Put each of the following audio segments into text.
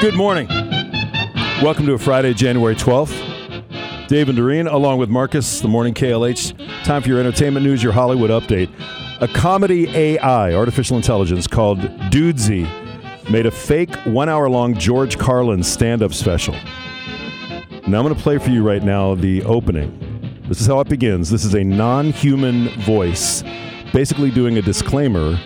Good morning. Welcome to a Friday, January 12th. Dave and Doreen, along with Marcus, the morning KLH. Time for your entertainment news, your Hollywood update. A comedy AI, artificial intelligence, called Dudesy, made a fake one hour long George Carlin stand up special. Now I'm going to play for you right now the opening. This is how it begins. This is a non human voice, basically doing a disclaimer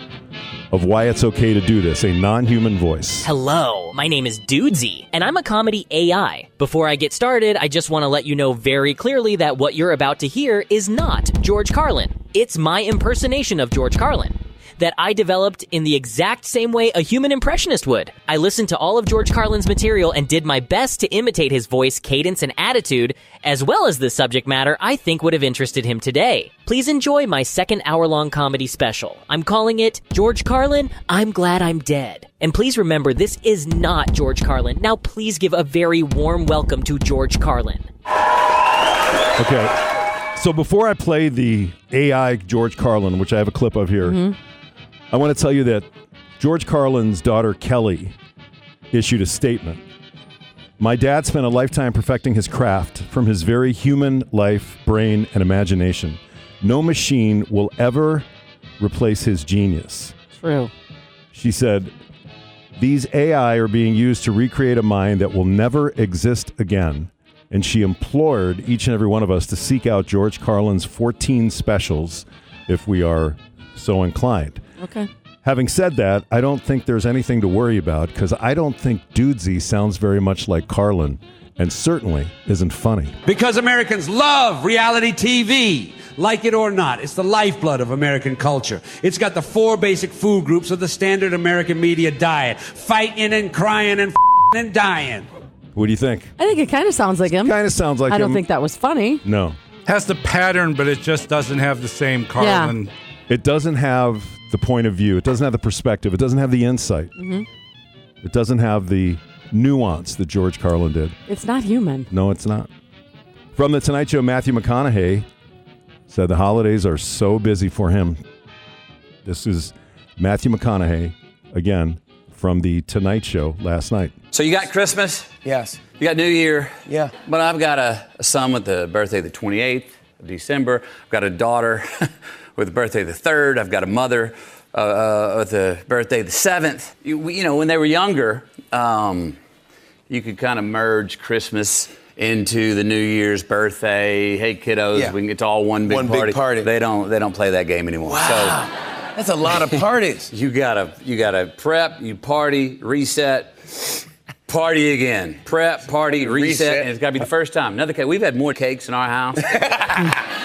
of why it's okay to do this, a non human voice. Hello, my name is Dudesy, and I'm a comedy AI. Before I get started, I just want to let you know very clearly that what you're about to hear is not George Carlin. It's my impersonation of George Carlin that I developed in the exact same way a human impressionist would. I listened to all of George Carlin's material and did my best to imitate his voice, cadence, and attitude, as well as the subject matter I think would have interested him today. Please enjoy my second hour long comedy special. I'm calling it George Carlin, I'm Glad I'm Dead. And please remember, this is not George Carlin. Now, please give a very warm welcome to George Carlin. Okay. So before I play the AI George Carlin, which I have a clip of here, I want to tell you that George Carlin's daughter Kelly issued a statement. My dad spent a lifetime perfecting his craft from his very human life, brain, and imagination. No machine will ever replace his genius. True. She said, These AI are being used to recreate a mind that will never exist again. And she implored each and every one of us to seek out George Carlin's 14 specials if we are so inclined. Okay. Having said that, I don't think there's anything to worry about because I don't think Dudesy sounds very much like Carlin and certainly isn't funny. Because Americans love reality TV. Like it or not, it's the lifeblood of American culture. It's got the four basic food groups of the standard American media diet fighting and crying and f***ing and dying. What do you think? I think it kind of sounds like him. Kind of sounds like I don't him. think that was funny. No. has the pattern, but it just doesn't have the same Carlin. It doesn't have the point of view. It doesn't have the perspective. It doesn't have the insight. It doesn't have the nuance that George Carlin did. It's not human. No, it's not. From The Tonight Show, Matthew McConaughey said the holidays are so busy for him. This is Matthew McConaughey, again, from The Tonight Show last night. So you got Christmas, Yes. you got New Year. Yeah. But I've got a, a son with the birthday the 28th of December. I've got a daughter with the birthday the 3rd. I've got a mother uh, uh, with the birthday the 7th. You, we- you know, when they were younger, um, you could kind of merge Christmas into the New Year's birthday. Hey, kiddos, Yeah. we can, it's all one big One big party. party. They don't they don't play that game anymore. So That's a lot of parties. you gotta you gotta prep, you party, reset, party again. Prep, party, reset, Reset. and it's gotta be the first time. Another cake. We've had more cakes in our house.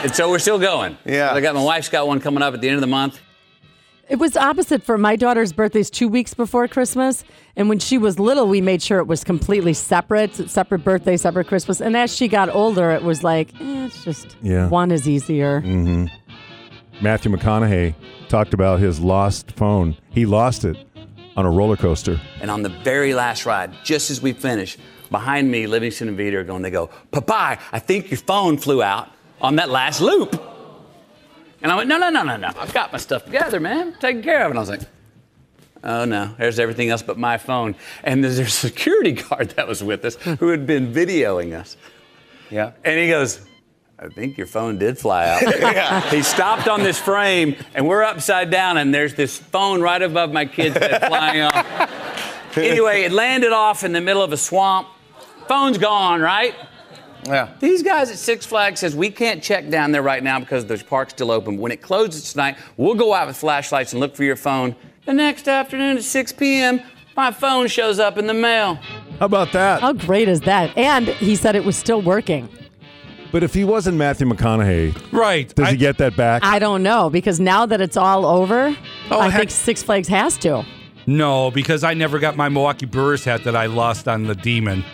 and so we're still going. Yeah. I got my wife's got one coming up at the end of the month. It was opposite for my daughter's birthday's two weeks before Christmas. And when she was little, we made sure it was completely separate separate birthday, separate Christmas. And as she got older, it was like, eh, it's just Yeah. Mm. one is easier. Matthew McConaughey talked about his lost phone. He lost it on a roller coaster. And on the very last ride, just as we finish, behind me, Livingston and Vita are going, they go, Papai, I think your phone flew out on that last loop. And I went, no, no, no, no, no. I've got my stuff together, man. Taken care of. And I was like, oh no, there's everything else but my phone. And there's a security guard that was with us who had been videoing us. Yeah. And he goes, I think your phone did fly out. He stopped on this frame, and we're upside down, and there's this phone right above my kid's head flying off. Anyway, it landed off in the middle of a swamp. Phone's gone, right? Yeah. These guys at Six Flags says we can't check down there right now because the park's still open. When it closes tonight, we'll go out with flashlights and look for your phone. The next afternoon at 6 p.m., my phone shows up in the mail. How about that? How great is that? And he said it was still working. But if he wasn't Matthew McConaughey, Right. does I- he get that back? I don't know because now that it's all over, Oh, I heck. think Six Flags has to. No, because I never got my Milwaukee Brewers hat that I lost on the Demon.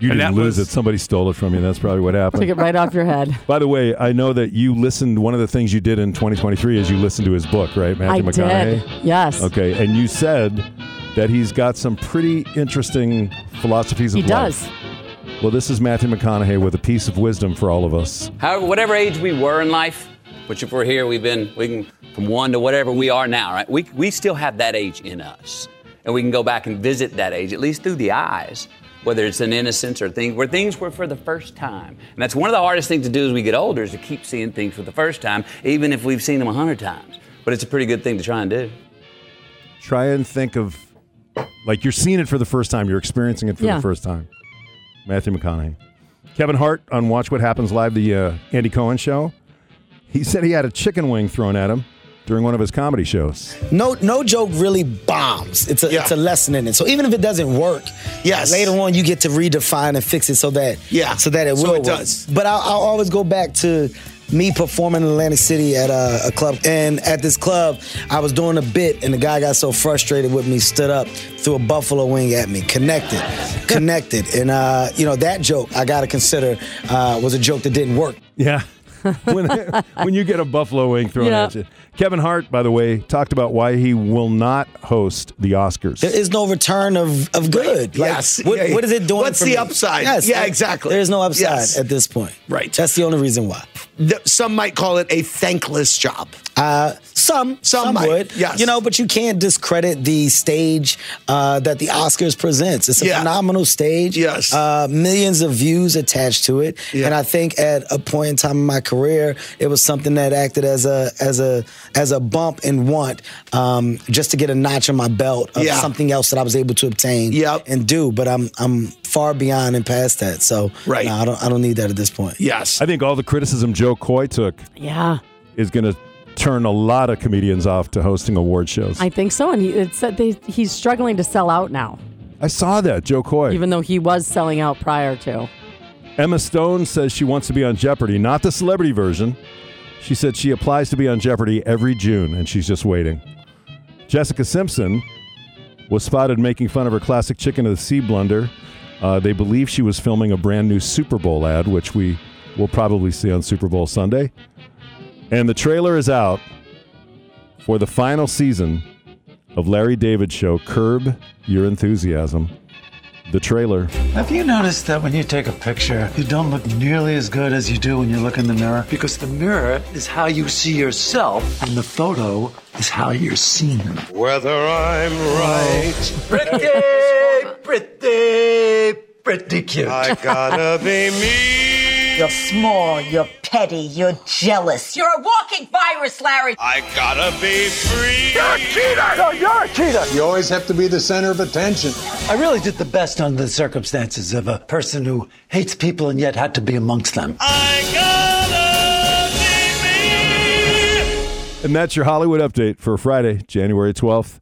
you and that didn't lose was- it. Somebody stole it from you. That's probably what happened. Took it right off your head. By the way, I know that you listened. One of the things you did in 2023 is you listened to his book, right, I Matthew did. McConaughey? Yes. Okay, and you said that he's got some pretty interesting philosophies He of life. does. Well, this is Matthew McConaughey with a piece of wisdom for all of us. However, whatever age we were in life, which if we're here, we've been we can from one to whatever we are now, right? We we still have that age in us, and and we can go back and visit that age, at least through the eyes, whether it's an innocence or things where things were for the first time. And that's one of the hardest things to do as we get older is to keep seeing things for the first time, even if we've seen them a hundred times. But it's a pretty good thing to try and do. Try and think of like you're seeing it for the first time. You're experiencing it for Yeah. the first time. Matthew McConaughey, Kevin Hart on Watch What Happens Live, the uh, Andy Cohen show. He said he had a chicken wing thrown at him during one of his comedy shows. No, no joke really bombs. It's a, Yeah. it's a lesson in it. So even if it doesn't work, Yes. later on you get to redefine and fix it so that Yeah. so that it So will it work. does. But I'll, I'll always go back to me performing in Atlantic City at a, a club, and at this club I was doing a bit, and the guy got so frustrated with me, stood up, threw a buffalo wing at me, connected, connected, and uh, you know that joke I gotta consider uh, was a joke that didn't work. Yeah. when, when you get a buffalo wing thrown Yeah. at you. Kevin Hart, by the way, talked about why he will not host the Oscars. There is no return of, of good. Like, Yes. what- Yeah, yeah. what is it doing? What's for the me? upside? Yes. Yeah, There- exactly. There is no upside Yes. at this point. Right. That's the only reason why. Th- some might call it a thankless job. Uh, some, Some some, might, would. yes. You know, but you can't discredit the stage uh, that the Oscars presents. It's a Yeah. phenomenal stage. Yes. Uh, millions of views attached to it. Yeah. And I think at a point in time in my career, it was something that acted as a as a as a bump and want um, just to get a notch on my belt of Yeah. something else that I was able to obtain Yep. and do. But I'm I'm far beyond and past that. So Right. no, I don't I don't need that at this point. Yes. I think all the criticism Joe Coy took Yeah, is going to turn a lot of comedians off to hosting award shows. I I, think so. And he, it said they, he's struggling to sell out now, saw that, Joe Coy. even though he was selling out prior to. Emma Stone says she wants to be on Jeopardy, not the celebrity version. She said she applies to be on Jeopardy every June and she's just waiting. Jessica Simpson was spotted making fun of her classic chicken of the sea blunder. Uh, they believe she was filming a brand new Super Bowl ad, which we will probably see on Super Bowl Sunday. And the trailer is out for the final season of Larry David's show, Curb Your Enthusiasm. The trailer. Have you noticed that when you take a picture, you don't look nearly as good as you do when you look in the mirror? Because the mirror is how you see yourself, and the photo is how you're seen. Whether I'm right, Pretty, pretty, pretty cute. I gotta be me. You're small, you're petty, you're jealous. You're a walking virus, Larry. I gotta be free. No, you're a cheater. You always have to be the center of attention. I really did the best under the circumstances of a person who hates people and yet had to be amongst them. I gotta be me. And that's your Hollywood update for Friday, January 12th.